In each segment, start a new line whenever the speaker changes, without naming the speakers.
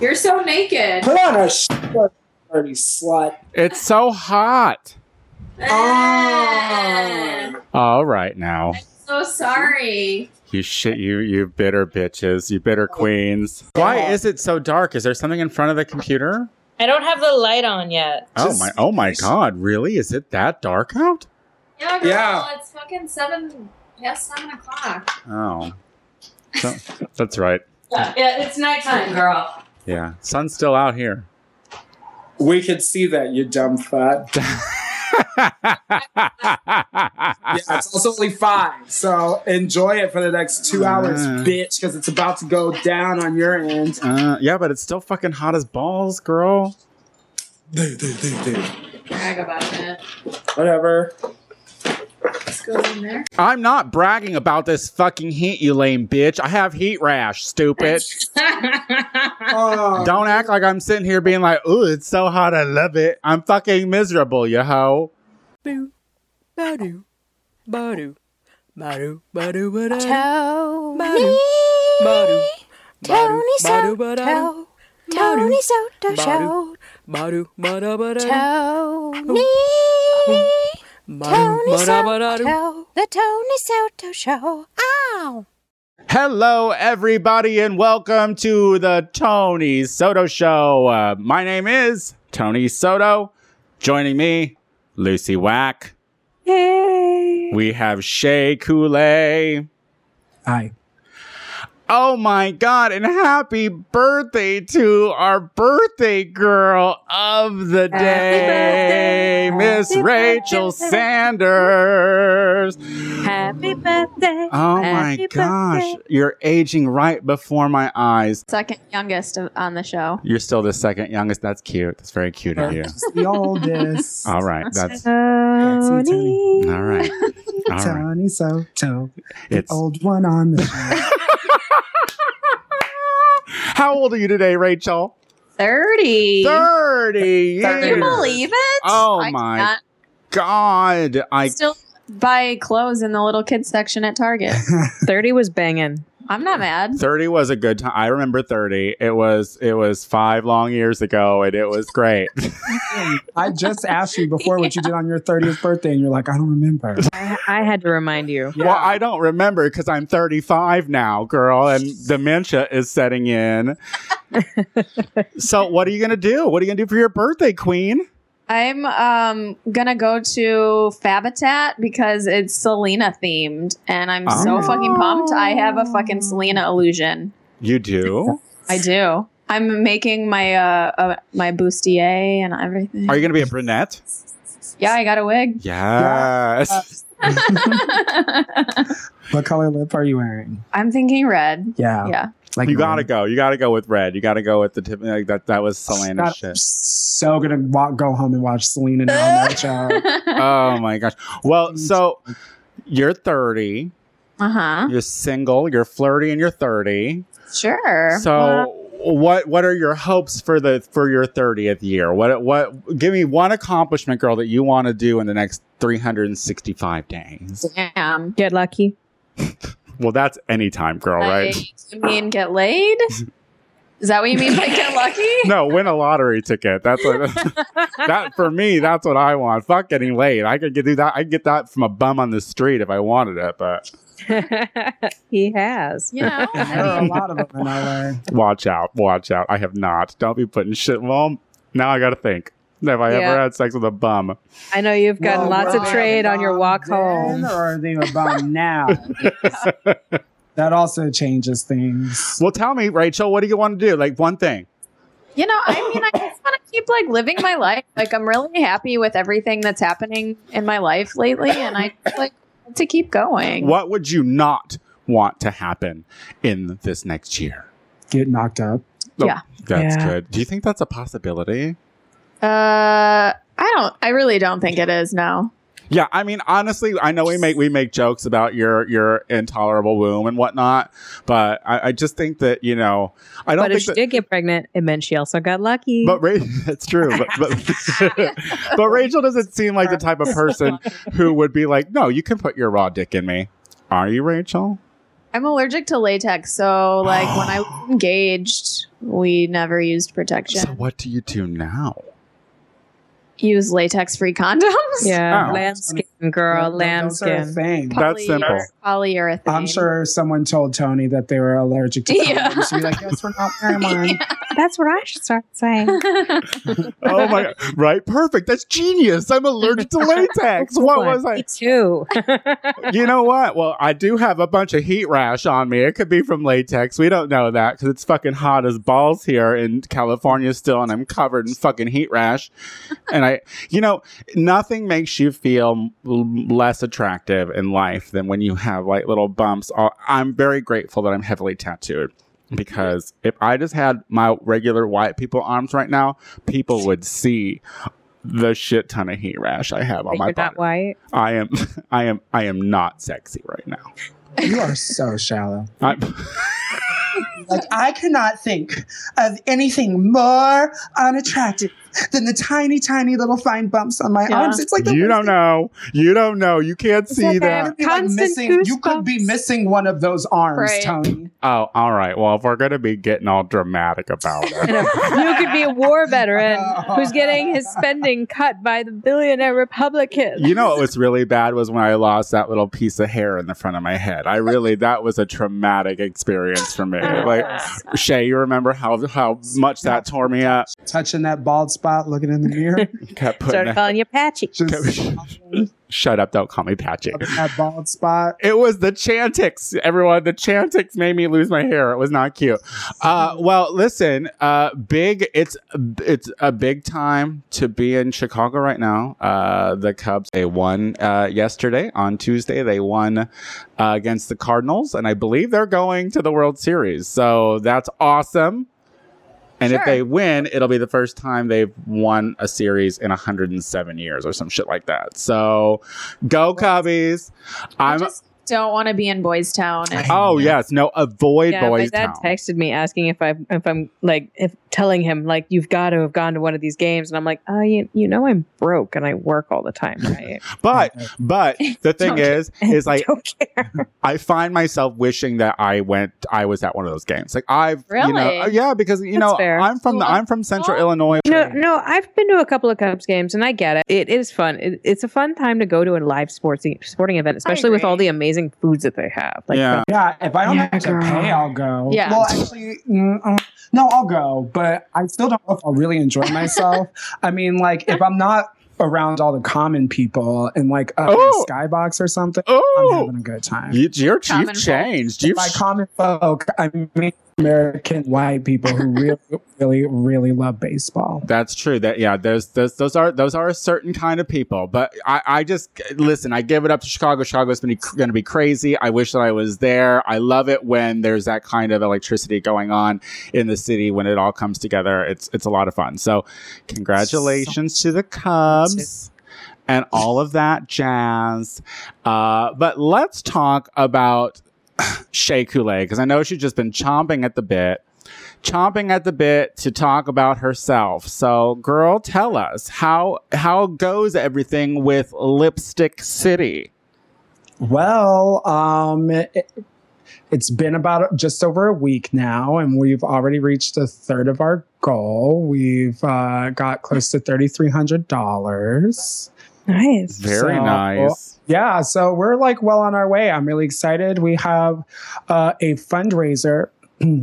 You're so naked.
Put on a shirt, dirty slut.
It's so hot.
Ah,
All right now.
so sorry.
You shit you you bitter bitches, you bitter queens. Why is it so dark? Is there something in front of the computer?
I don't have the light on yet.
Oh my oh my god, really? Is it that dark out?
Yeah, girl,
Yeah.
it's fucking seven past seven o'clock.
Oh. So- that's right.
Yeah, it's nighttime, girl.
Yeah. Sun's still out here.
We could see that, you dumb fuck. Yeah, it's also only five. So enjoy it for the next two hours,
Mm.
bitch, because it's about to go down on your end.
Uh, yeah, but it's still fucking hot as balls, girl.
Dude, dude, dude, dude.
Brag about it.
Whatever.
Let's go in there.
I'm not bragging about this fucking heat, you lame bitch. I have heat rash, stupid.
Oh,
Don't act like I'm sitting here being like, ooh, it's so hot, I love it. I'm fucking miserable, you hoe.
Boo. Badu. Badu. Badu. Badu. Badu. Tell me. Badu. Tony Soto. Tell. Tony Soto. Show. Badu. Bada. Bada. Tony. Tony Soto.
The Tony Soto Show. Ow!
Hello, everybody, and welcome to the Tony Soto Show. Uh, my name is Tony Soto. Joining me, Lucy Wack. Hey. We have Shay Coulee.
Hi.
Oh my God, and happy birthday to our birthday girl of the day, Miss Rachel Sanders.
Happy birthday.
Oh my
Happy
gosh,
birthday.
you're aging right before my eyes.
Second youngest of- on the show.
You're still the second youngest. That's cute. That's very cute of you.
Just the oldest.
All right. That's all
Tony.
Tony.
right. All right.
Tony Soto,
It's
old one on the show.
How old are you today, Rachel?
30.
30
Can you
years.
believe it?
Oh
I
my
cannot.
God. I
still buy clothes in the little kids section at Target.
30 was banging.
I'm not mad.
30 was a good time. I remember 30. It was it was 5 long years ago and it was great.
I just asked you before what you did on your 30th birthday, and you're like, I don't remember.
I, I had to remind you.
Yeah.
Well, I don't remember cuz I'm 35 now, girl, and dementia is setting in. so, what are you going to do? What are you going to do for your birthday, queen?
I'm um gonna go to Fabitat because it's Selena themed, and I'm
Oh.
so fucking pumped. I have a fucking Selena illusion.
You do?
I do. I'm making my uh, uh my bustier and everything.
Are you going to be a brunette?
yeah, I got a wig.
Yes.
what color lip are you wearing?
I'm thinking red.
Yeah.
Yeah.
Like
you gotta go. You gotta go with red. You gotta go with the tip. Like that. That was Selena's
I'm
shit.
so gonna walk, go home and watch Selena now. no child.
Oh my gosh. Well, so you're 30.
uh huh.
You're single. You're flirty, and you're 30.
Sure.
So what? What are your hopes for the for your 30th year? What? What? Give me one accomplishment, girl, that you want to do in the next 365 days.
Damn.
Get lucky.
Well, that's any time, girl, right?
Like, you mean get laid? Is that what you mean by get lucky?
No, win a lottery ticket. That's what that for me. That's what I want. Fuck getting laid. I could get do that. I could get that from a bum on the street if I wanted it. But
he has.
You know, I
There
mean,
are a lot of them in LA.
watch out, watch out. I have not. Don't be putting shit. Well, now I got to think. Have I ever
Yeah.
had sex with a bum?
I know you've gotten
Well,
lots of
were they
trade
a
on your
bum
walk
then,
home.
Or are they a bum now? that also changes things.
Well, tell me, Rachel, what do you want to do? Like one thing.
You know, I mean, I just want to keep like living my life. Like, I'm really happy with everything that's happening in my life lately, and I just, like want to keep going.
What would you not want to happen in this next year?
Get knocked up.
Yeah.
That's
Yeah.
good. Do you think that's a possibility?
Uh, I don't. I really don't think it is. No.
Yeah, I mean, honestly, I know we make we make jokes about your your intolerable womb and whatnot, but I, I just think that you know, I don't
But if
think
she
that.
did get pregnant, it meant she also got lucky.
But Ra- that's true. But but, but Rachel doesn't seem like the type of person who would be like, no, you can put your raw dick in me. Are you Rachel?
I'm allergic to latex, so like when I was engaged, we never used protection.
So what do you do now?
Use latex free condoms.
Yeah,
Oh.
lambskin,
Th-
girl,
th- those are a
lambskin.
thing.
That's simple.
Polyurethane.
I'm sure someone told Tony that they were allergic to
Yeah.
condoms. She'd be like, yes, we're not wearing one.
That's what I should start saying.
Oh my god. Right? Perfect. That's genius. I'm allergic to latex. What was I?
Me too.
You know what? Well, I do have a bunch of heat rash on me. It could be from latex. We don't know that because it's fucking hot as balls here in California still, and I'm covered in fucking heat rash. And I, you know, nothing makes you feel l- less attractive in life than when you have like little bumps. Uh, I'm very grateful that I'm heavily tattooed because if I just had my regular white people arms right now, people would see the shit ton of heat rash I have on
But
my
you're
body.
not white.
I am, I am, I am not sexy right now.
You are so shallow.
I'm,
Like, I cannot think of anything more unattractive than the tiny, tiny little fine bumps on my
Yeah.
arms. It's like the
you
worst
don't
thing.
know. You don't know. You can't see
okay.
that.
You'd be, like,
Constant
missing, you could be
goosebumps.
missing one of those arms,
Right.
Tony.
Oh, all right. Well, if we're gonna be getting all dramatic about
And
it,
a- you could be a war veteran who's getting his spending cut by the billionaire Republicans.
you know what was really bad was when I lost that little piece of hair in the front of my head. I really that was a traumatic experience for me. Like Shay, you remember how how much that tore me up?
Touching that bald spot, looking in the mirror.
Kept putting.
Started
That,
calling you Patchy.
Just
shut up! Don't call me Patchy.
rubbing that bald spot.
It was the Chantix, everyone. The Chantix made me lose my hair. It was not cute. Uh, well, listen, uh, big. It's it's a big time to be in Chicago right now. Uh, the Cubs they won uh, yesterday on Tuesday. They won uh, against the Cardinals, and I believe they're going to the World Series. So that's awesome. And if
Sure.
they win, it'll be the first time they've won a series in 107 years or some shit like that. So go Cubbies.
I
I'm
just don't want to be in Boys Town. And
Oh yes, no. Avoid
Yeah, my
Boys
dad
Town.
texted me asking if I if I'm like if telling him like you've got to have gone to one of these games, and I'm like, oh, you, you know I'm broke and I work all the time, right?
but but the thing
Don't-
is, is like
don't care.
I find myself wishing that I went, I was at one of those games. Like I've, you know,
Really?
uh, yeah, because you
That's
know,
fair.
I'm from the,
Well,
I'm from Central
well-
Illinois.
No, no, I've been to a couple of Cubs games, and I get it. It is fun. It, it's a fun time to go to a live sports sporting event, especially with
agree.
all the amazing foods that they have. Like,
yeah,
Yeah, if I don't
Yeah,
have to
girl.
pay, I'll go.
Yeah.
Well, actually, mm, mm, no, I'll go, but I still don't know if I'll really enjoy myself. I mean, like, if I'm not around all the common people and like up in
Oh.
a skybox or something, I'm
oh,
having a good time.
you, you're, you've
Common folk.
changed. You've
By common folk, I mean American white people who really, really, really love baseball.
That's true. That yeah, those those those are those are a certain kind of people. But I I just listen. I give it up to Chicago. Chicago's been going to be crazy. I wish that I was there. I love it when there's that kind of electricity going on in the city when it all comes together. It's it's a lot of fun. So congratulations to the Cubs. And all of that jazz. Uh, but let's talk about Shea Coulee because I know she's just been chomping at the bit chomping at the bit to talk about herself. So, girl, tell us how how goes everything with Lipstick City?
Well, um, it, it's been about just over a week now, and we've already reached a third of our goal. We've uh, got close to $3,300.
nice.
Very
So-
nice.
Yeah, so we're like well on our way. I'm really excited. We have uh, a fundraiser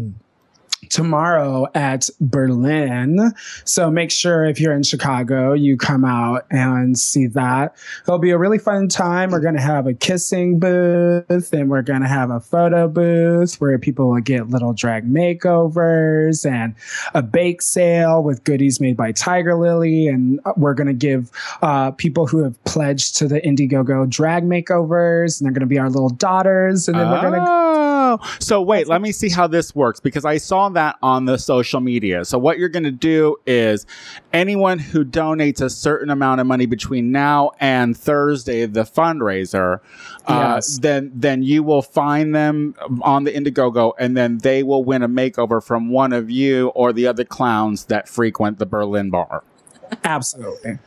tomorrow at Berlin. So make sure if you're in Chicago, you come out and see that. It'll be a really fun time. We're going to have a kissing booth and we're going to have a photo booth where people will get little drag makeovers and a bake sale with goodies made by Tiger Lily. And we're going to give uh, people who have pledged to the Indiegogo drag makeovers, and they're going to be our little daughters, and then we're going to.
Oh, so wait, let me see how this works because I saw that on the social media. So, what you're going to do is anyone who donates a certain amount of money between now and Thursday, the fundraiser, uh,
Yes.
then then you will find them on the Indiegogo, and then they will win a makeover from one of you or the other clowns that frequent the Berlin bar.
Absolutely.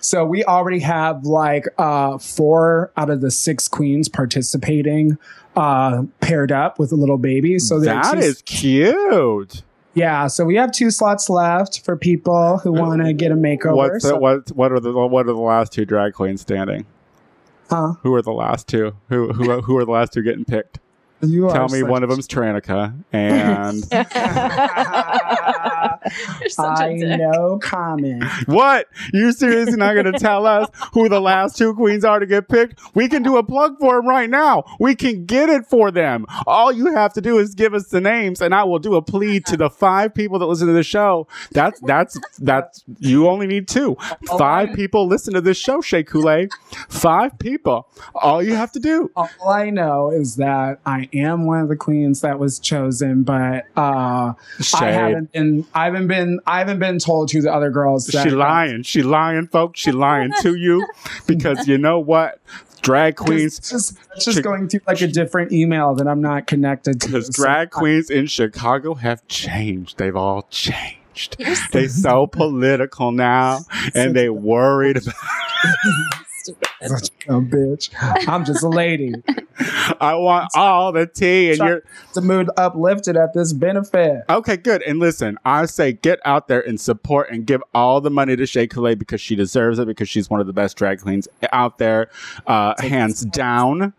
So we already have like uh, four out of the six queens participating, uh, paired up with a little baby. So they're
that
two-
is cute.
Yeah, so we have two slots left for people who want to get a makeover.
What's the,
so-
Uh, what? What are the what are the last two drag queens standing?
Huh?
Who are the last two? Who who who are the last two getting picked?
You
Tell
are
me
such-
one of them's Tranica, and
I
You're such a dick.
know comment.
what? You're seriously not going to tell us who the last two queens are to get picked? We can do a plug for them right now. We can get it for them. All you have to do is give us the names, and I will do a plea to the five people that listen to the show. That's that's that's you only need two.
Oh,
Five people listen to this show, Shea Coulee. Five people. All you have to do.
All I know is that I am one of the queens that was chosen, but uh, I
Shade.
haven't been. I haven't been. I haven't been told to the other girls. That
She lying. She lying, folks. She lying to you because you know what? Drag queens
It's just, it's just going through like a different email that I'm not connected to.
Because
So
drag queens in Chicago have changed. They've all changed. They so political now, and they worried about.
I'm such a dumb bitch. I'm just a lady.
I want all the tea, and you're
the mood uplifted at this benefit.
okay. Good. And listen, I say get out there and support and give all the money to Shea Coulee because she deserves it because she's one of the best drag queens out there, uh, hands down.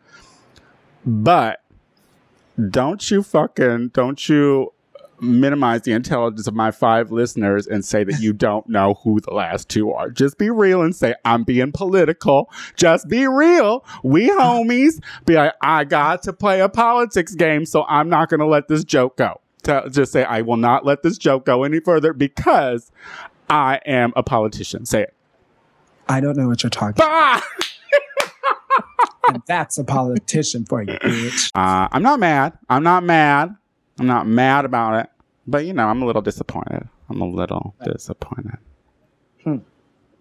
But don't you fucking don't you minimize the intelligence of my five listeners and say that you don't know who the last two are. Just be real and say, I'm being political. Just be real. We homies be like, I got to play a politics game, so I'm not going to let this joke go. Tell- Just say, I will not let this joke go any further because I am a politician. Say it.
I don't know what you're talking. about.
Bah!
And that's a politician for you, bitch.
Uh, I'm not mad. I'm not mad. I'm not mad about it. But you know, I'm a little disappointed. I'm a little disappointed.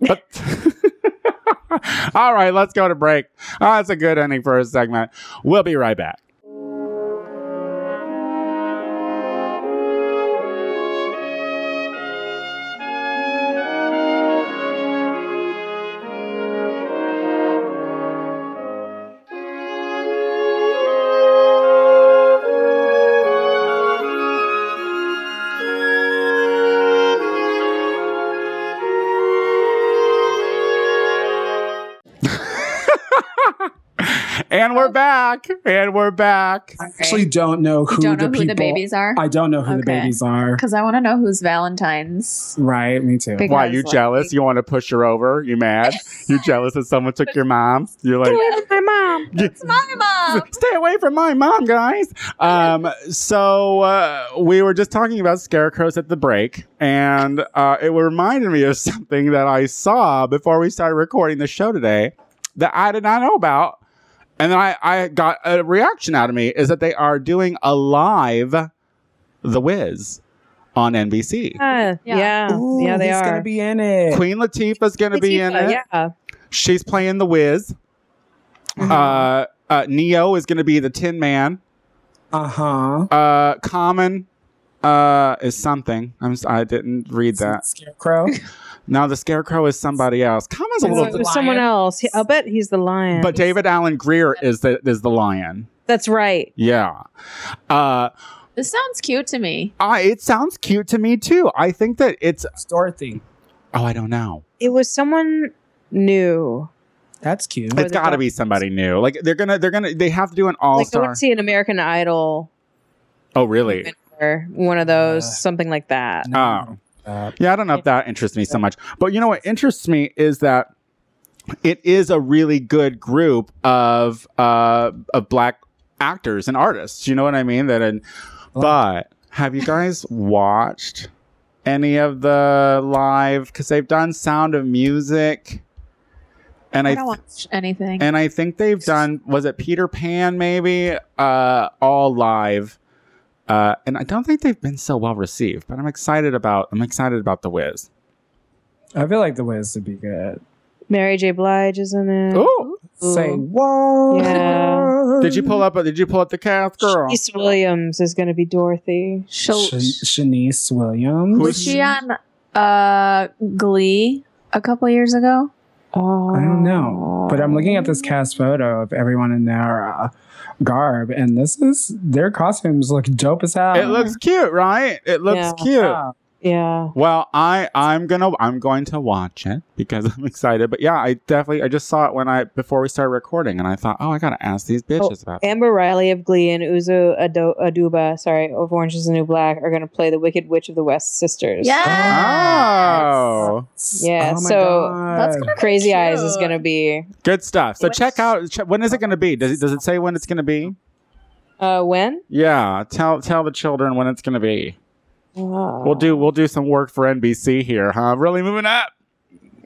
But all right, let's go to break. Oh, that's a good ending for a segment. We'll be right back. And we're back. And we're back.
I actually don't know who
You don't know
the
who the
people-
babies are?
I don't know who the
Okay.
babies are.
Because I want to know who's Valentine's.
Right, me too.
Big-
Why you
Because, like-
jealous? You want to push her over? You mad? You jealous that someone took your mom? You're like,
my mom.
It's my mom.
Stay away from my mom, guys. Um, so uh, we were just talking about scarecrows at the break, and uh, it reminded me of something that I saw before we started recording the show today that I did not know about, and then I, I got a reaction out of me is that they are doing a live The Wiz on NBC.
Yeah, yeah,
Ooh,
yeah, they
he's
are.
gonna be in it.
Queen Latifah's going to be in it.
Latifah, Yeah,
She's playing The Wiz.
Mm-hmm.
Uh, uh, Neo is going to be the Tin Man.
Uh huh.
Uh, common uh is something. I'm s- I didn't read that.
Scarecrow.
Now the scarecrow is somebody else. Common's a
no, it
little.
was someone
lion.
else. He- I'll bet he's the lion.
But David Allen Greer is the is the lion.
that's right.
Yeah. Uh,
This sounds cute to me.
I it sounds cute to me too. I think that it's.
It's Dorothy.
Oh, I don't know.
It was someone new.
That's cute.
Or
It's
the
got to
dog.
be somebody new. Like they're gonna they're gonna they have to do an all
like I
star.
want to see an American Idol
oh really?
or one of those,
Uh,
something like that.
Oh.
Uh,
Yeah, I don't know if that interests me so much. But you know what interests me is that it is a really good group of uh of black actors and artists. You know what I mean? That and but have you guys watched any of the live because they've done Sound of Music and
I,
I,
don't watch anything.
and I think they've done was it Peter Pan maybe uh all live uh and I don't think they've been so well received but I'm excited about I'm excited about the Wiz.
I feel like the Wiz would be good.
Mary J. Blige is in it.
Ooh.
Ooh.
Say what?
Yeah.
Did you pull up did you pull up the cast girl?
Shanice Williams is going to be Dorothy.
She'll-
Sh- Shanice Williams.
Who
was she on uh, Glee a couple years ago? Oh.
Oh,
I don't know, but I'm looking at this cast photo of everyone in there. Uh, garb, and this is their costumes look dope as hell.
It looks cute, right? It looks
Yeah.
cute.
Yeah.
Yeah.
Well, I I'm gonna I'm going to watch it because I'm excited. But yeah, I definitely I just saw it when I before we started recording, and I thought, oh, I gotta ask these bitches about. It.
Amber Riley of Glee and Uzo Ado- Aduba, sorry, of Orange is the New Black are going to play the Wicked Witch of the West sisters.
Oh,
Yeah,
Oh my
so-
God.
That's gonna be
Crazy Eyes is
cute.
going to be
good stuff. So
Yes.
check out che- when is it gonna be? Does it does it say when it's gonna be?
uh when?
Yeah, tell tell the children when it's gonna be.
We'll
We'll do we'll do some work for NBC here, huh? Really moving up.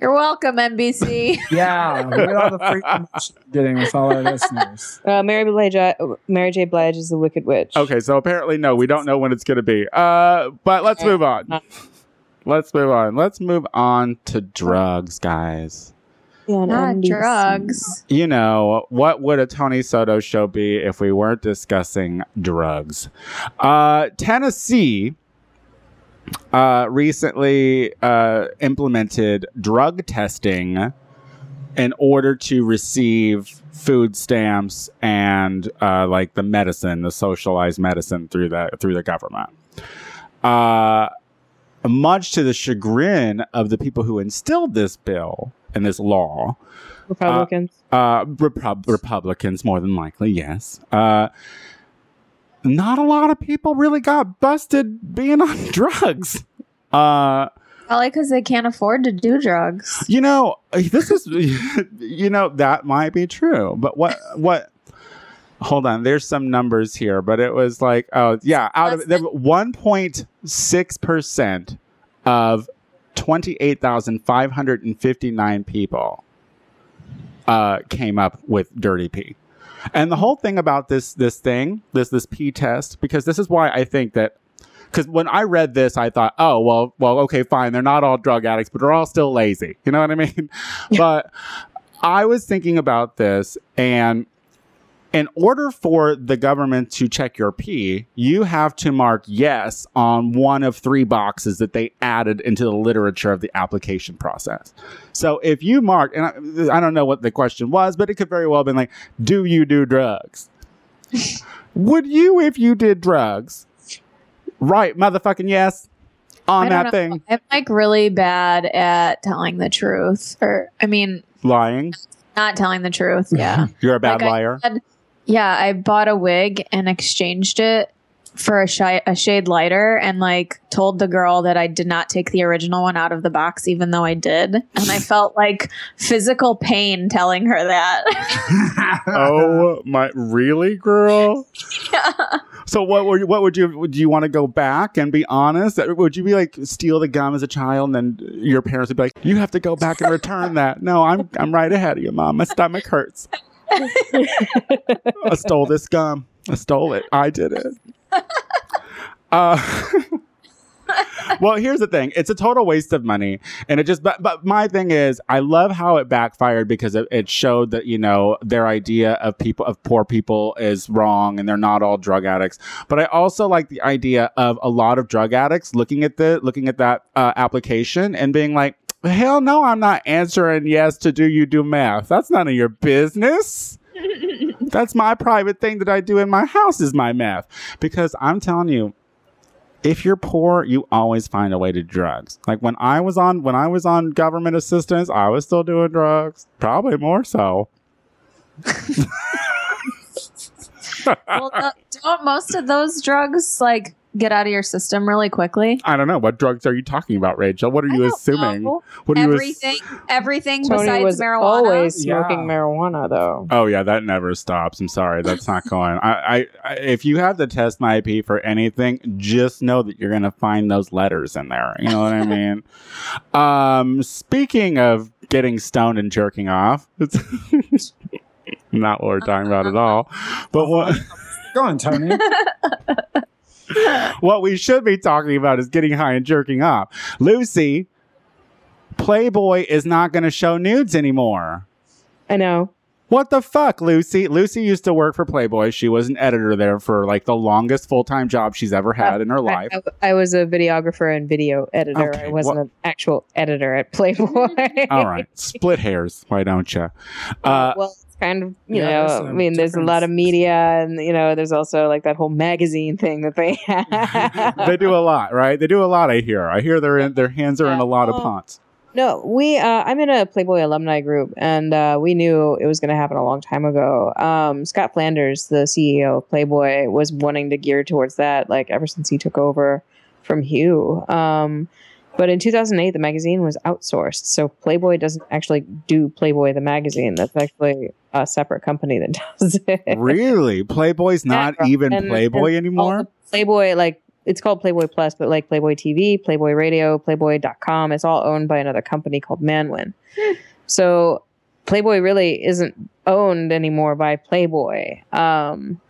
You're welcome, NBC.
yeah, we all the free promotion we're getting with all our listeners.
Uh, Mary, Blige, uh, Mary J. Blige is the Wicked Witch.
Okay, so apparently no, we don't know when it's gonna be. Uh, but let's move on. Let's move on. Let's move on to drugs, guys.
Yeah, on
Not
NBC.
Ah, drugs.
you know, what would a Tony Soto show be if we weren't discussing drugs? Uh, Tennessee uh, recently uh, implemented drug testing in order to receive food stamps and uh, like the medicine, the socialized medicine through the through the government. Uh, much to the chagrin of the people who instilled this bill and this law,
Republicans.
uh, Repub- Republicans, more than likely, yes. Uh, not a lot of people really got busted being on drugs. Uh,
Probably because they can't afford to do drugs.
you know, uh, this is, you know, that might be true. But what, what? Hold on, there's some numbers here, but it was like, oh yeah, out of
Less
there, 1.6 percent of 28,559 people uh, came up with dirty pee. And the whole thing about this this thing, this this pee test, because this is why I think that because when I read this, I thought, oh well, well, okay, fine. They're not all drug addicts, but they're all still lazy. You know what I mean? but I was thinking about this, and in order for the government to check your pee, you have to mark yes on one of three boxes that they added into the literature of the application process. So if you mark, and I, I don't know what the question was, but it could very well have been like, do you do drugs? Would you, if you did drugs, write motherfucking yes on
I don't
that
know.
thing?
I'm like really bad at telling the truth, or I mean,
Lying.
not telling the truth. Yeah.
You're a bad
Like, I
liar.
Yeah, I bought a wig and exchanged it for a, shi- a shade lighter and like told the girl that I did not take the original one out of the box even though I did and I felt like physical pain telling her that.
oh my, really, girl?
yeah.
So what were you, what would you do? You want to go back and be honest? Would you be like steal the gum as a child, and then your parents would be like, "You have to go back and return that." No, I'm I'm right ahead of you, mom. My stomach hurts. I stole this gum. I stole it. I did it. Uh, well, here's the thing. It's a total waste of money, and it just. But, but my thing is, I love how it backfired because it, it showed that you know their idea of people of poor people is wrong, and they're not all drug addicts. But I also like the idea of a lot of drug addicts looking at the looking at that uh, application and being like, "Hell no, I'm not answering yes to do you do math. That's none of your business." That's my private thing that I do in my house is my math. Because I'm telling you, if you're poor, you always find a way to drugs. Like when I was on when I was on government assistance, I was still doing drugs. Probably more so.
Well, th- don't most of those drugs like get out of your system really quickly?
I don't know. What drugs are you talking about, Rachel? What are
I
you
don't
assuming?
know.
What are you ass-
Everything everything
Tony
besides
was
marijuana.
always
Yeah.
smoking marijuana, though.
Oh yeah, that never stops. I'm sorry, that's not going. I, I, I, if you have to test my IP for anything, just know that you're gonna find those letters in there. You know what I mean? Um, speaking of getting stoned and jerking off, it's not what we're talking about at all. But what
Go on, Tony.
what we should be talking about is getting high and jerking off. Lucy, Playboy is not gonna show nudes anymore.
I know.
What the fuck, Lucy? Lucy used to work for Playboy. She was an editor there for like the longest full time job she's ever had in her
I,
life.
I- I was a videographer and video editor.
Okay,
I wasn't an actual editor at Playboy.
All right, split hairs. Why don't you? Uh,
well, it's kind of you
Yeah, there's
know i
some
mean there's a lot of
difference.
media and you know there's also like that whole magazine thing that they have
they do a lot, right? They do a lot. I hear. I hear their their hands are in a lot of
Oh.
pots.
no we uh, i'm in a playboy alumni group and uh, we knew it was going to happen a long time ago um, scott flanders the ceo of playboy was wanting to gear towards that like ever since he took over from hugh um, but in 2008 the magazine was outsourced so playboy doesn't actually do playboy the magazine that's actually a separate company that does it
really, Playboy's not
Yeah,
even
and-
Playboy
all
anymore.
the Playboy, like it's called Playboy Plus, but like Playboy TV, Playboy Radio, Playboy.com, it's all owned by another company called Manwin. so Playboy really isn't owned anymore by Playboy. Um,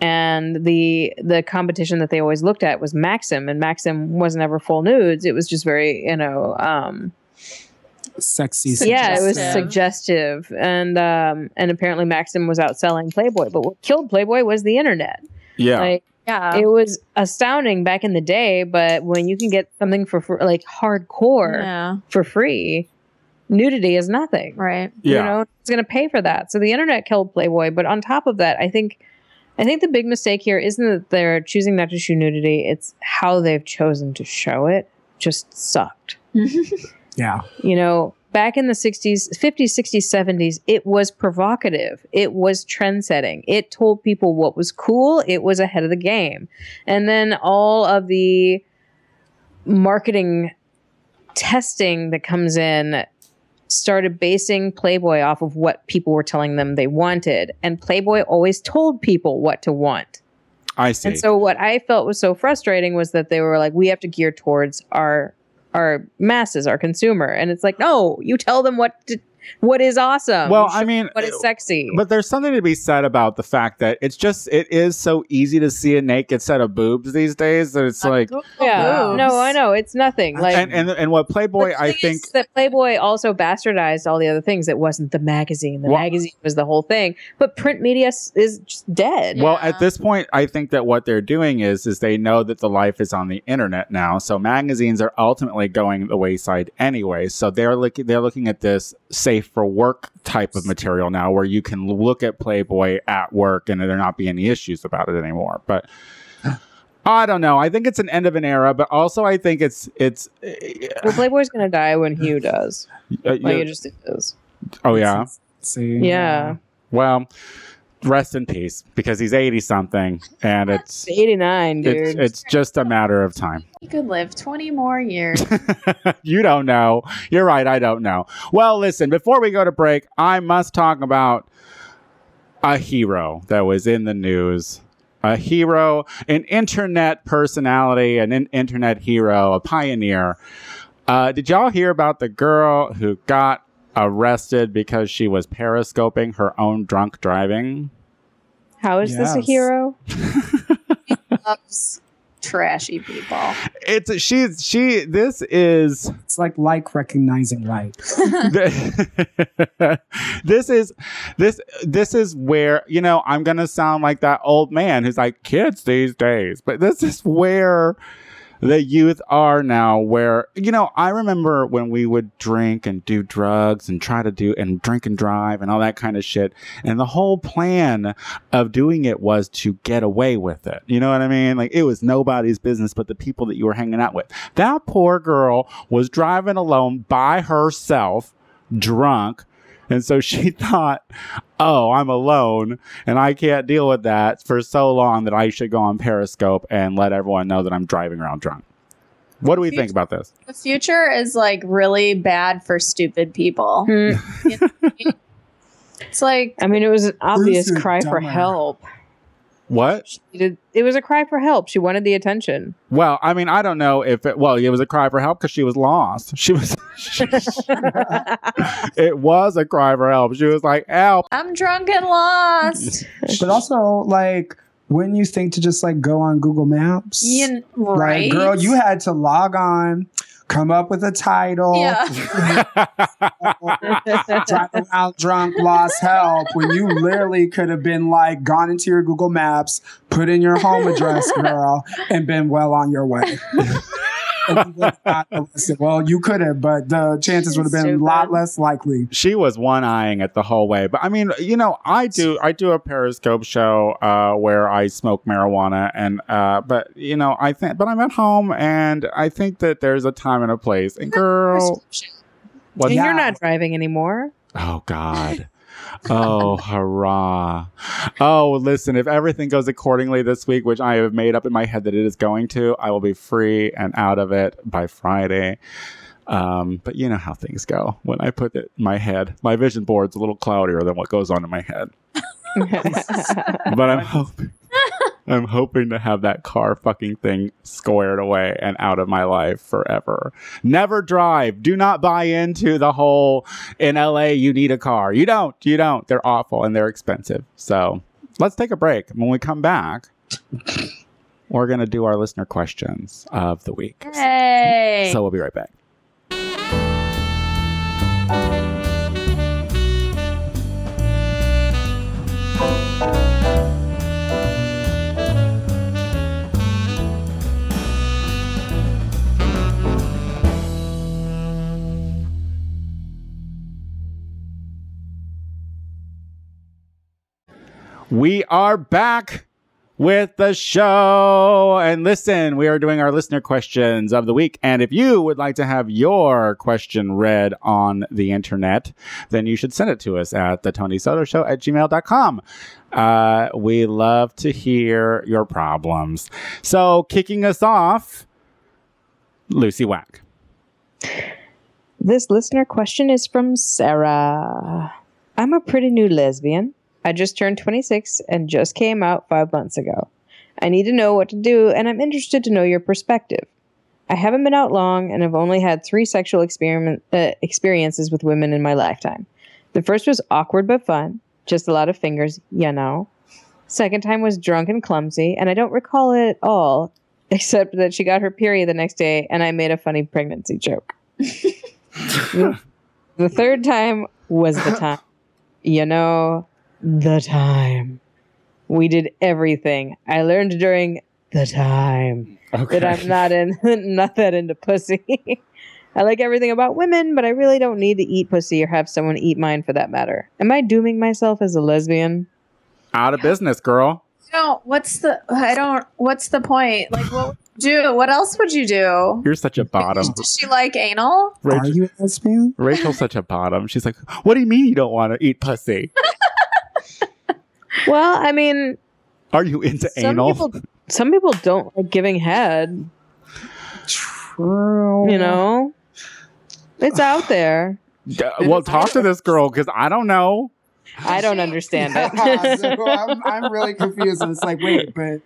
and the the competition that they always looked at was Maxim, and Maxim wasn't ever full nudes. It was just very, you know, um,
Sexy.
yeah, it was
suggestive.
suggestive, and um, and apparently Maxim was outselling Playboy. But what killed Playboy was the internet.
Yeah,
Like
Yeah.
it was astounding back in the day, but when you can get something for fr- like hardcore
yeah.
for free, nudity is nothing.
Right.
yeah.
You know, it's going to pay for that. So the internet killed Playboy, but on top of that, I think I think the big mistake here isn't that they're choosing not to show nudity, it's how they've chosen to show it just sucked.
Yeah.
You know, back in the 60s, 50s, 60s, 70s, it was provocative. It was trend setting. It told people what was cool. It was ahead of the game. And then all of the marketing testing that comes in started basing Playboy off of what people were telling them they wanted. And Playboy always told people what to want.
I see.
And so what I felt was so frustrating was that they were like, we have to gear towards our our masses, our consumer, and it's like, no, you tell them what to, what is awesome.
well,
You show
I mean,
um, what is sexy.
But there's something to be said about the fact that it's just it is so easy to see a naked set of boobs these days that it's like
yeah,
boobs.
no, I know it's nothing. Like
and, and and what Playboy
the
I
thing
think
is that Playboy also bastardized all the other things. It wasn't the magazine. The
Well-
magazine was the whole thing. But print media s- is just dead.
well
Yeah.
at this point I think that what they're doing is is they know that the life is on the internet now so magazines are ultimately going the wayside anyway so they're looking they're looking at this safe for work type of material now where you can look at Playboy at work and there not be any issues about it anymore but I don't know. I think it's an end of an era, but also I think it's it's.
Well, Playboy's gonna die when Hugh does.
uh,
Like
you-
it just is.
Oh yeah.
See.
Yeah,
Well, rest in peace because he's eighty something, and it's
eighty nine, dude.
it's, it's just a matter of time.
You could live 20 more years.
you don't know. You're right. I don't know. Well, listen. Before we go to break, I must talk about a hero that was in the news. A hero, an internet personality, an in- internet hero, a pioneer. Uh, did y'all hear about the girl who got arrested because she was periscoping her own drunk driving?
How is this a
Yes.
hero?
Loves trashy people.
it's she's she this is
It's like like recognizing like.
the- this is this this is where you know i'm gonna sound like that old man who's like kids these days but this is where the youth are now where you know i remember when we would drink and do drugs and try to do and drink and drive and all that kind of shit and the whole plan of doing it was to get away with it you know what i mean like it was nobody's business but the people that you were hanging out with that poor girl was driving alone by herself drunk and so she thought oh i'm alone and i can't deal with that for so long that i should go on periscope and let everyone know that i'm driving around drunk what do we think about this
The future is like really bad for stupid people. It's like
I mean, it was an obvious
Bruce is
cry for
dumber.
help.
what
She did, it was a cry for help. She wanted the attention.
well i mean i don't know if it well it was a cry for help because she was lost she was it was a cry for help she was like help
I'm drunk and lost.
But also like wouldn't you think to just like go on Google Maps?
you, kn- right,
Like, girl, you had to log on, come up with a title,
Yeah.
driving out drunk, lost help, when you literally could have been like gone into your Google Maps, put in your home address, girl, and been well on your way. if you would've got arrested. Well, you could have, but the chances would have been a lot less likely.
she was one eyeing it the whole way. But I mean, you know, I do I do a Periscope show uh, where I smoke marijuana, and uh, but you know, I think but I'm at home, and I think that there's a time and a place. And girl, what?
and
Yeah.
you're not driving anymore.
Oh God. oh hurrah oh listen if everything goes accordingly this week which i have made up in my head that it is going to i will be free and out of it by friday um, but you know how things go when i put it in my head my vision board's a little cloudier than what goes on in my head but i'm hoping i'm hoping to have that car fucking thing squared away and out of my life forever never drive do not buy into the whole in LA, you need a car. You don't. You don't. They're awful and they're expensive. So let's take a break. When we come back, we're going to do our listener questions of the week.
Hey.
So we'll be right back. We are back with the show. And listen, we are doing our listener questions of the week. And if you would like to have your question read on the internet, then you should send it to us at the Tony Soto Show at gmail.com. Uh, we love to hear your problems. So, kicking us off, Lucy Wack.
This listener question is from Sarah. I'm a pretty new lesbian. I just turned 26 and just came out five months ago. I need to know what to do, and I'm interested to know your perspective. I haven't been out long and have only had three sexual experiment, uh, experiences with women in my lifetime. The first was awkward but fun, just a lot of fingers, you know. Second time was drunk and clumsy, and I don't recall it at all, except that she got her period the next day and I made a funny pregnancy joke. The third time was the time. you know, the time. We did everything. I learned during the time
Okay.
that I'm not in not that into pussy. I like everything about women, but I really don't need to eat pussy or have someone eat mine for that matter. Am I dooming myself as a lesbian?
Out of business, girl.
No, what's the I don't what's the point? Like what would you do? What else would you do?
You're such a bottom.
Does she like anal?
Are you a lesbian?
Rachel's such a bottom. She's like, "What do you mean you don't want to eat pussy?
Well, I mean,
Are you into
some
anal?"
people some people don't like giving head,
True.
you know? It's out there.
D- well, talk to this girl because I don't know.
I don't understand
Yeah, so
it.
I'm, I'm really confused. And it's like, wait, but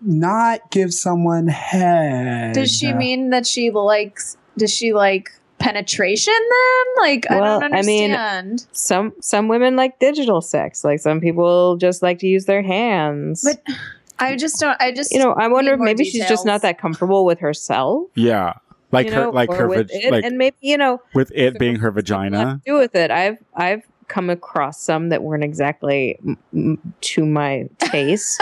not give someone head.
Does she mean that she likes does she like penetration then? Like
Well,
I don't
I mean-
understand.
some some women like digital sex like some people just like to use their hands
But- I just don't I just
you know i
need
wonder if
more
maybe she's just
details.
not that comfortable with herself
Yeah, like
you
her,
know,
like
or
her,
with
vag-
it,
like
and maybe you know
with it being her vagina.
what to do with it i've i've come across some that weren't exactly mm, mm, to my taste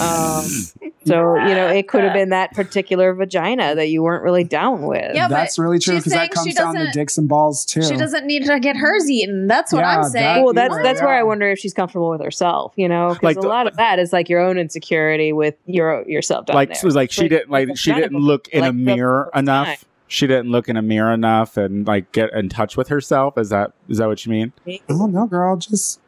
um, so you know it could have been that particular vagina that you weren't really down with
Yeah, but
That's really true
she's
because that
saying she
comes down to
doesn't-
dicks and balls too.
She doesn't need to get hers eaten. That's what
Yeah,
I'm saying.
well that's
Yeah.
that's where i wonder if she's comfortable with herself you know 'Cause
Like
a
the-
lot of that is like your own insecurity with your yourself down
Like
there.
it was like she
Like,
didn't like
the
she
vagina
didn't look in a
like the
mirror
first
enough.
time.
She didn't look in a mirror enough and like get in touch with herself. Is that is that what you mean?
maybe,
I don't know, Oh, girl. Just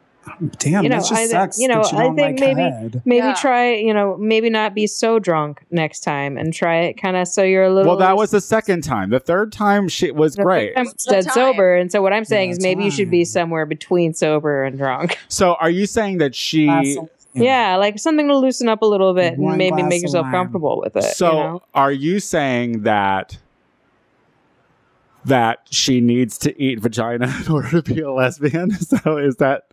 damn,
You know,
that just
I think-
sucks.
you know,
that you
I
don't
think
like
maybe-
head.
maybe
Yeah.
try you know maybe not be so drunk next time and try it kind of so you're a little
Well, that was the second time. The third time she was
the third
great.
time
The
dead
time.
sober and so what i'm saying
The
is maybe you should be
time.
somewhere between sober and drunk
So, are you saying that she?
Glass of-
yeah like something to loosen up a little bit
One
and maybe
glass
make
of
yourself
wine.
comfortable with it
So
you know?
are you saying that that she needs to eat vagina in order to be a lesbian? So is that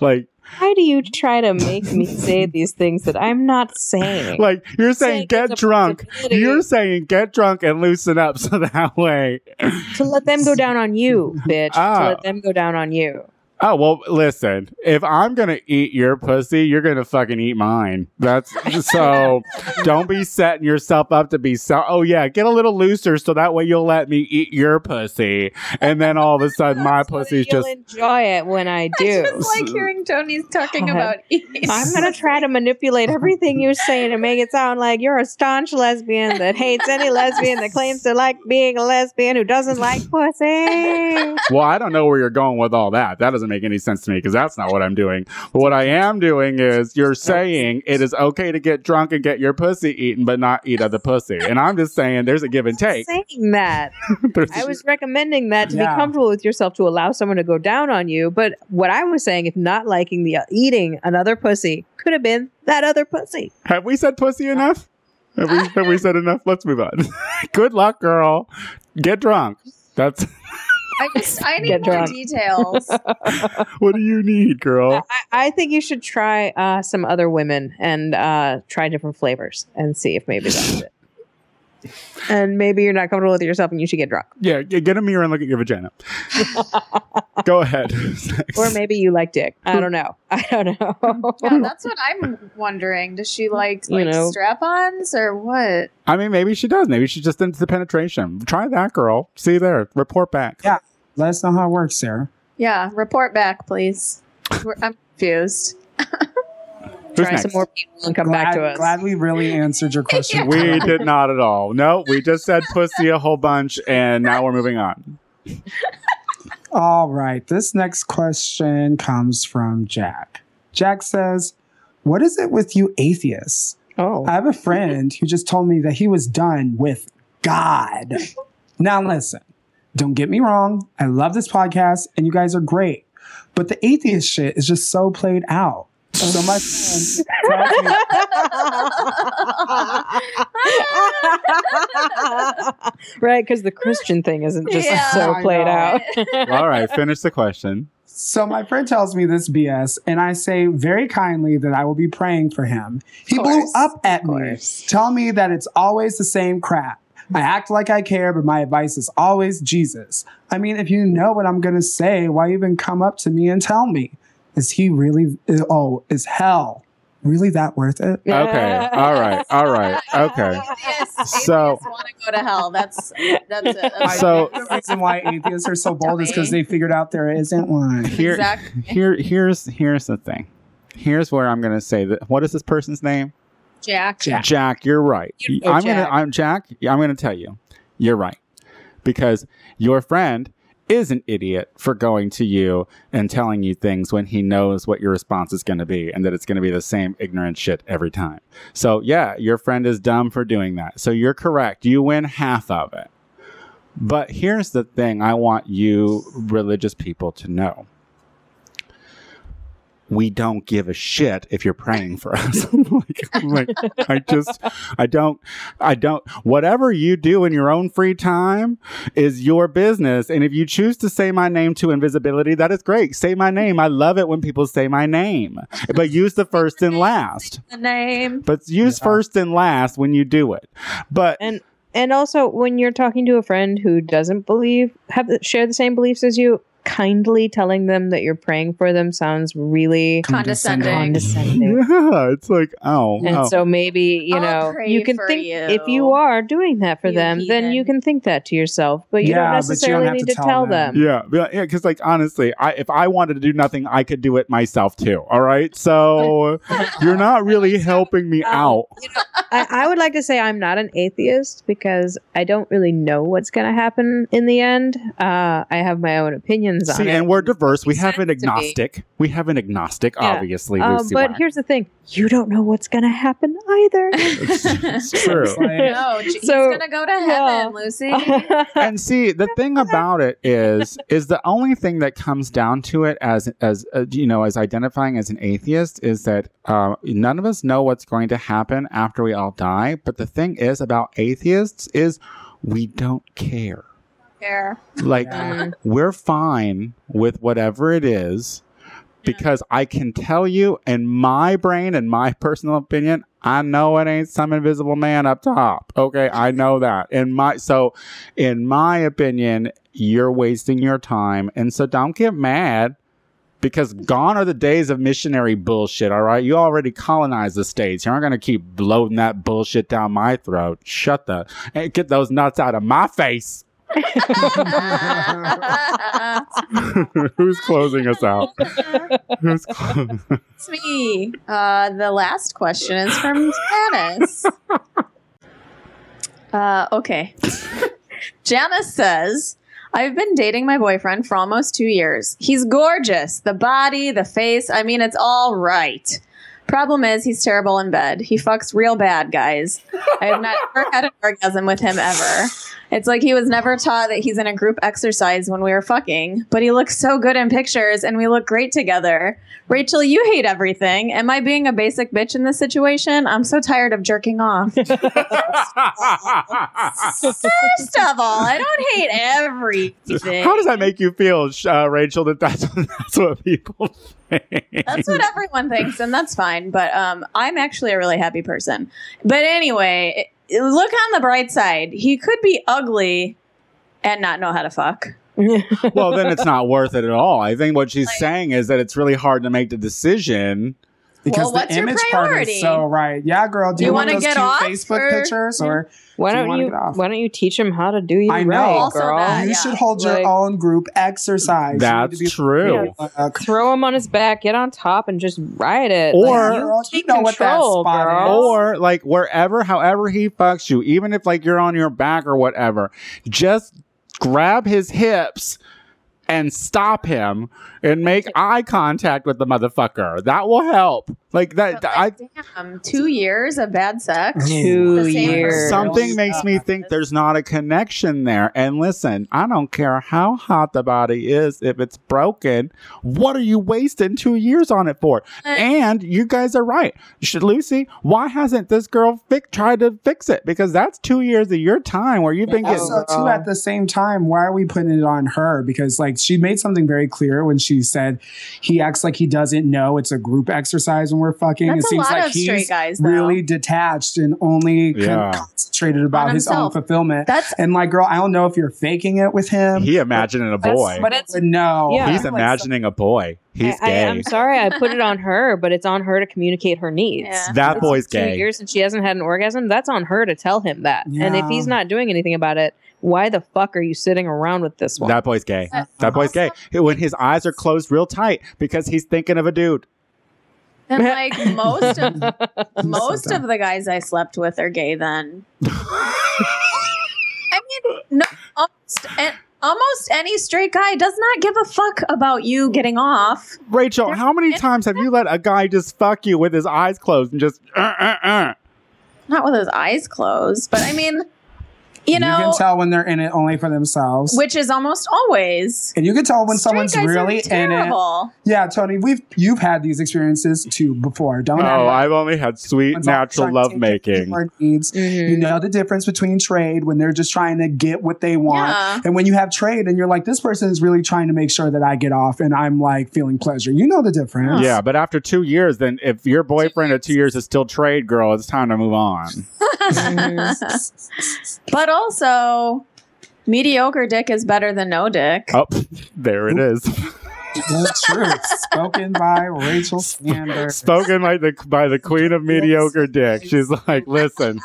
like
why do you try to make me say these things that i'm not saying
like you're saying
Saying
get
it's a
drunk.
possibility.
You're saying get drunk and loosen up so that way
to let them go down on you bitch
Oh.
to let them go down on you
Oh well, listen. If I'm gonna eat your pussy, you're gonna fucking eat mine. That's so. don't be setting yourself up to be so. Oh yeah, get a little looser so that way you'll let me eat your pussy, and then all of a sudden my pussy's
You'll
just.
enjoy it when I
I
do.
just like hearing Tony's talking
God.
about eating.
I'm gonna try to manipulate everything you're saying and make it sound like you're a staunch lesbian that hates any lesbian that claims to like being a lesbian who doesn't like pussy.
Well, I don't know where you're going with all that. That doesn't make any sense to me because that's not what I'm doing. But what I am doing is you're saying it is okay to get drunk and get your pussy eaten, but not eat other pussy. And I'm just saying there's a give and take.
Saying that,
There's-
I was recommending that to
Yeah.
be comfortable with yourself to allow someone to go down on you. But what I was saying, if not liking the uh, eating another pussy, could have been that other pussy.
Have we said pussy enough? Have we, have we said enough? Let's move on. Good luck, girl. Get drunk. That's
I just I need
Get
more
drunk.
details.
what do you need, girl?
I, I think you should try uh, some other women and uh, try different flavors and see if maybe that's it. And maybe you're not comfortable with yourself and you should get drunk.
Yeah, yeah, get a mirror and look at your vagina. Go ahead.
Or maybe you like dick. I don't know. I don't know.
Yeah, that's what I'm wondering. Does she like
You
like
know.
strap-ons or what?
I mean, maybe she does. Maybe she's just into the penetration. Try that, girl. See you there. Report back.
Yeah. Let us know how it works, Sarah.
Yeah, report back, please. We're- I'm confused.
Who's
try
next?
some more people and come
glad,
back to us.
Glad we really answered your question.
We did not at all. No, we just said pussy a whole bunch, and now we're moving on.
All right. This next question comes from Jack. Jack says, What is it with you atheists?
Oh.
I have a friend who just told me that he was done with God. now, listen, don't get me wrong. I love this podcast and you guys are great, but the atheist shit is just so played out. So, my friend tells me-
right, because the Christian thing isn't just
Yeah.
so played
I
out.
All right, finish the question.
So my friend tells me this BS, and I say very kindly that I will be praying for him. He
Of
blew
course,
up at
of
me,
course.
telling me that it's always the same crap. I act like I care, but my advice is always Jesus. I mean, if you know what I'm going to say, why even come up to me and tell me? Is he really, oh, is hell really that worth it?
Okay. All right. All right. Okay.
Atheists,
So-
atheists want to go to hell. That's that's it. That's
So-
The reason why atheists are so bold is because they figured out there isn't one.
Here,
Exactly.
here, here's here's the thing. Here's where I'm gonna say that. What is this person's name?
Jack.
Jack.
Jack, you're right.
You know
I'm
Jack.
gonna I'm Jack, I'm gonna tell you. You're right. Because your friend is an idiot for going to you and telling you things when he knows what your response is gonna be and that it's gonna be the same ignorant shit every time. So yeah, your friend is dumb for doing that. So you're correct. You win half of it. But here's the thing I want you religious people to know. We don't give a shit if you're praying for us. like, like, I just, I don't, I don't, whatever you do in your own free time is your business. And if you choose to say my name to invisibility, that is great. Say my name. I love it when people say my name, but use the first and last.
The name.
But use
Yeah.
first and last when you do it. But
And also, when you're talking to a friend who doesn't believe, have the, share the same beliefs as you, kindly telling them that you're praying for them sounds really
Condescending.
condescending.
yeah, it's like, oh,
And
oh.
so maybe you
I'll
know
pray
you can
for
think
you,
if you are doing that for
you
them, then you
heathen.
can think that to yourself, but you
Yeah, but you
don't
don't
necessarily
have
need
to
to
tell
tell
them.
them.
Yeah, yeah, yeah. Because like honestly, I if I wanted to do nothing, I could do it myself too. All right, so you're not really helping me
Um,
out.
I, I would like to say I'm not an atheist because I don't really know what's going to happen in the end. Uh, I have my own opinions on
See,
it.
and we're diverse. We have an
Sense to me.
agnostic. We have an agnostic,
Yeah.
obviously.
Um,
Lucy
but
Wack.
here's the thing: you don't know what's going to happen either.
it's, it's true.
Like,
No, j- he's
So-
gonna go to heaven,
yeah.
Lucy.
and see the thing about it is is the only thing that comes down to it as as uh, you know as identifying as an atheist is that um, none of us know what's going to happen after we all die but the thing is about atheists is we don't care
Here.
like
Yeah.
we're fine with whatever it is because I can tell you in my brain and my personal opinion, I know it ain't some invisible man up top. Okay, I know that. In my so in my opinion, you're wasting your time and so don't get mad because gone are the days of missionary bullshit. All right, you already colonized the states. You aren't gonna keep bloating that bullshit down my throat. Shut the hey, get those nuts out of my face. Who's closing us out? Who's clo-
It's me. Uh, the last question is from Janice. uh, okay. Janice says, I've been dating my boyfriend for almost two years. He's gorgeous. The body, the face, I mean, it's all right. Problem is, he's terrible in bed. He fucks real bad, guys. I have not ever had an orgasm with him ever. It's like he was never taught that he's in a group exercise when we were fucking, but he looks so good in pictures and we look great together. Rachel, you hate everything. Am I being a basic bitch in this situation? I'm so tired of jerking off. First of all, I don't hate everything.
How does that make you feel, Sh- uh, Rachel? That that's that's what people think.
That's what everyone thinks, and that's fine. But um, I'm actually a really happy person. But anyway, it- look on the bright side. He could be ugly and not know how to fuck.
well, then it's not worth it at all. I think what she's saying is that it's really hard to make the decision.
Because
Well, what's
the
your
image part
priority?
is so right. Yeah, girl. Do
You
you, want
wanna
those
get
cute
off,
Facebook
or-
pictures or
Why
Do you
don't
wanna
you?
get off?
Why don't you teach him how to do you
I know.
right,
Also
girl?
that.
you
Oh, yeah.
should hold your
Like-
own group exercise. You need
That's
to be-
true.
Like,
Throw him on his back, get on top, and just ride it.
Or-
yeah, girl, you
take
know what that
control,
spot
girl.
is.
Or like wherever, however he fucks you, even if like you're on your back or whatever, just grab his hips and stop him and make eye contact with the motherfucker. That will help. Like that.
But,
I
like, damn, Um, two years of bad sex.
two
The same-
years.
Something makes me think there's not a connection there. And listen, I don't care how hot the body is, if it's broken, what are you wasting two years on it for? And you guys are right. Should Lucy, why hasn't this girl fi- tried to fix it? Because that's two years of your time where you've been getting.
also too at the same time why are we putting it on her because like she made something very clear when she said he acts like he doesn't know it's a group exercise when we're fucking
That's
it
a
seems
lot
like
of straight
he's
guys, though.
really detached and only con-
Yeah.
concentrated about his own
himself.
fulfillment
That's
and like girl i don't know if you're faking it with him
He imagining a boy.
but it's no
Yeah.
He's imagining a boy. He's
I,
gay.
am sorry, I put it on her, but it's on her to communicate her needs.
Yeah.
that boy's
Two
gay.
years and she hasn't had an orgasm. That's on her to tell him that. And if
Yeah.
he's not doing anything about it, why the fuck are you sitting around with this one?
That boy's gay.
But
That boy's gay. When his eyes are closed real tight because he's thinking of a dude.
and like most of
I'm so
most
done.
of the guys I slept with are gay. Then I mean, no, almost, and almost any straight guy does not give a fuck about you getting off.
Rachel, how many times have you let a guy just fuck you with his eyes closed and just uh, uh, uh?
Not with his eyes closed, but I mean, you
you
know,
can tell when they're in it only for themselves
which is almost always.
and you can tell when
Straight
someone's
guys are
really in it
terrible.
yeah tony we've you've had these experiences too before don't act
Oh, I've only had sweet
One's always
natural
trying to take
lovemaking.
our needs.
Mm-hmm.
You
Mm-hmm.
know the difference between trade when they're just trying to get what they want.
Yeah.
And when you have trade and you're like, this person is really trying to make sure that I get off and I'm like feeling pleasure. You know the difference.
Yeah, but after two years, then if your boyfriend at two years is still trade girl, it's time to move on.
but also, mediocre dick is better than no dick.
Oh, there it is.
The truth. Spoken by Rachel Sander.
Spoken like the by the queen of mediocre dick. She's like, listen,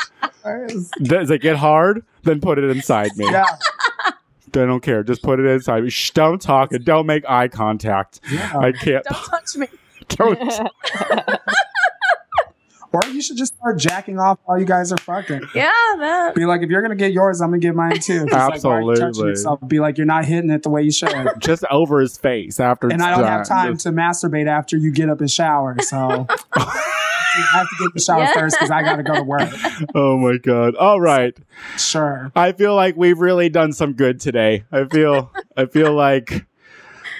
does it get hard? Then put it inside me.
Yeah.
They don't care. Just put it inside me. Shh, don't talk and don't make eye contact.
yeah.
I can't.
Don't touch me.
Don't
or you should just start jacking off while you guys are fucking.
Yeah, that.
Be like, if you're gonna get yours, I'm gonna get mine too. Just, like, why are you touching
Absolutely.
yourself? Be like, you're not hitting it the way you should.
just over his face after
and
it's
I don't have
done.
time to masturbate after you get up and shower. So I have to get in the shower
Yeah.
first because I got to go to work.
Oh my god. All right.
Sure.
I feel like we've really done some good today. I feel I feel like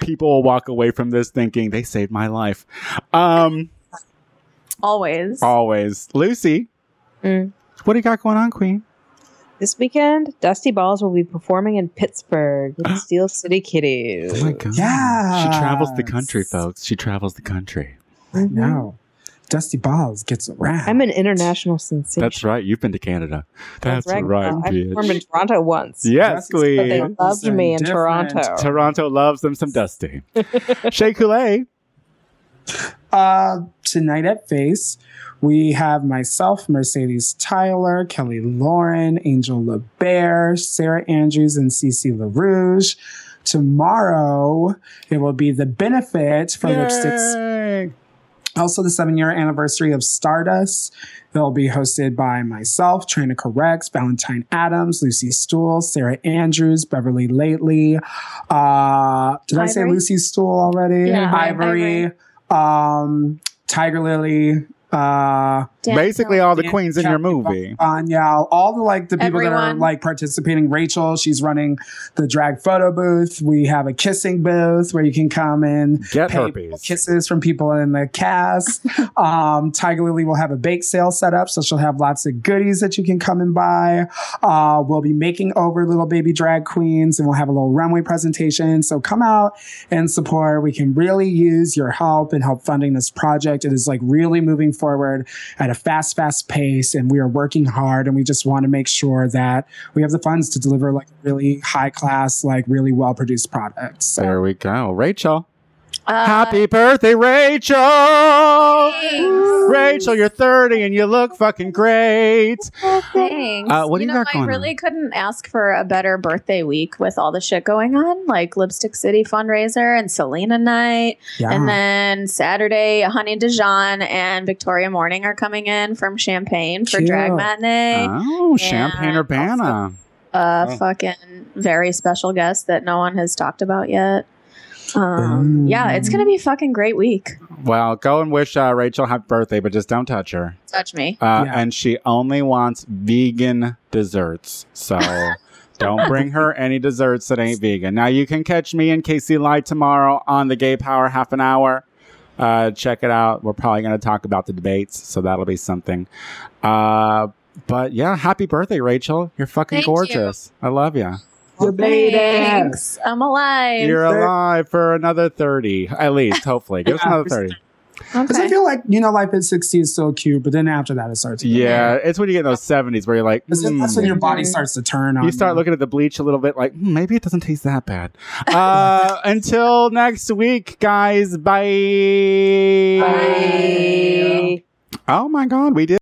people will walk away from this thinking they saved my life. Um
Always.
Oh,
always. Lucy,
Mm.
what do you got going on, Queen?
This weekend, Dusty Balls will be performing in Pittsburgh with the Steel City Kitties.
god.
Yes.
She travels the country, folks. She travels the country.
No. Dusty Balls gets around.
Mm-hmm. I'm an international sensation.
That's right. You've been to Canada. That's, right,
girl. I performed in
bitch.
Toronto once.
Dresses,
Yes,
but
But they
Glee.
loved me in
Different.
Toronto.
Toronto loves them some Dusty. Shea Coulee.
Uh, tonight at Face, we have myself, Mercedes Tyler, Kelly Lauren, Angel LeBear, Sarah Andrews, and Cece LaRouge. Tomorrow, it will be the benefit for Lipstick's
Yay.
Also, the seven year anniversary of Stardust. It'll be hosted by myself, Trina Corrects, Valentine Adams, Lucy Stool, Sarah Andrews, Beverly Lately. Uh, did I say
Ivory?
Lucy Stool already?
Yeah,
Ivory, Um, Tiger Lily, uh,
Dan-
Basically, all Oh, the
Dan-
queens in your
Kathy
movie.
Banyal, all the like the people that are
Everyone.
like participating. Rachel, she's running the drag photo booth. We have a kissing booth where you can come in
Get
pay
herpes.
kisses from people in the cast. um, Tiger Lily will have a bake sale set up, so she'll have lots of goodies that you can come and buy. Uh, we'll be making over little baby drag queens, and we'll have a little runway presentation. So come out and support. We can really use your help and help funding this project. It is like really moving forward at a fast, fast pace, and we are working hard, and we just want to make sure that we have the funds to deliver like really high class, like really well produced products. So.
There we go. Rachel.
Uh,
Happy birthday, Rachel! Rachel, you're 30 and you look fucking great.
Thanks.
Uh, what do
you
you
know,
got
I
going
really couldn't ask for a better birthday week with all the shit going on, like Lipstick City fundraiser and Selena night,
Yeah.
Ah.
and then Saturday, Honey Dijon and Victoria Morning are coming in from Champagne for
Cute.
drag matinee.
Oh, Champagne
And
Urbana.
a
Oh.
fucking very special guest that no one has talked about yet. Um,
Mm.
Yeah, it's gonna be a fucking great week.
Well, go and wish uh, Rachel happy birthday, but just don't touch her.
Touch me.
Uh,
Yeah.
And she only wants vegan desserts. So don't bring her any desserts that ain't vegan. Now, you can catch me and Casey Live tomorrow on the Gay Power half an hour. Uh, check it out. We're probably going to talk about the debates. So that'll be something. Uh, but yeah, happy birthday, Rachel. You're fucking
Thank you.
gorgeous. I love you.
You made it.
Thanks. I'm alive.
You're
Thank-
alive for another 30, at least, hopefully. Give us
Yeah.
another 30.
Because I
okay.
feel like, you know, life at 60 is so cute, but then after that, it starts. to-
Yeah, it's when you get in those 70s where you're like,
That's when- that's when
"Hmm."
your body
Mm-hmm.
starts to turn on.
you start looking at the bleach a little bit like "Hmm, maybe it doesn't taste that bad uh, until next week guys bye.
Bye.
oh my god we did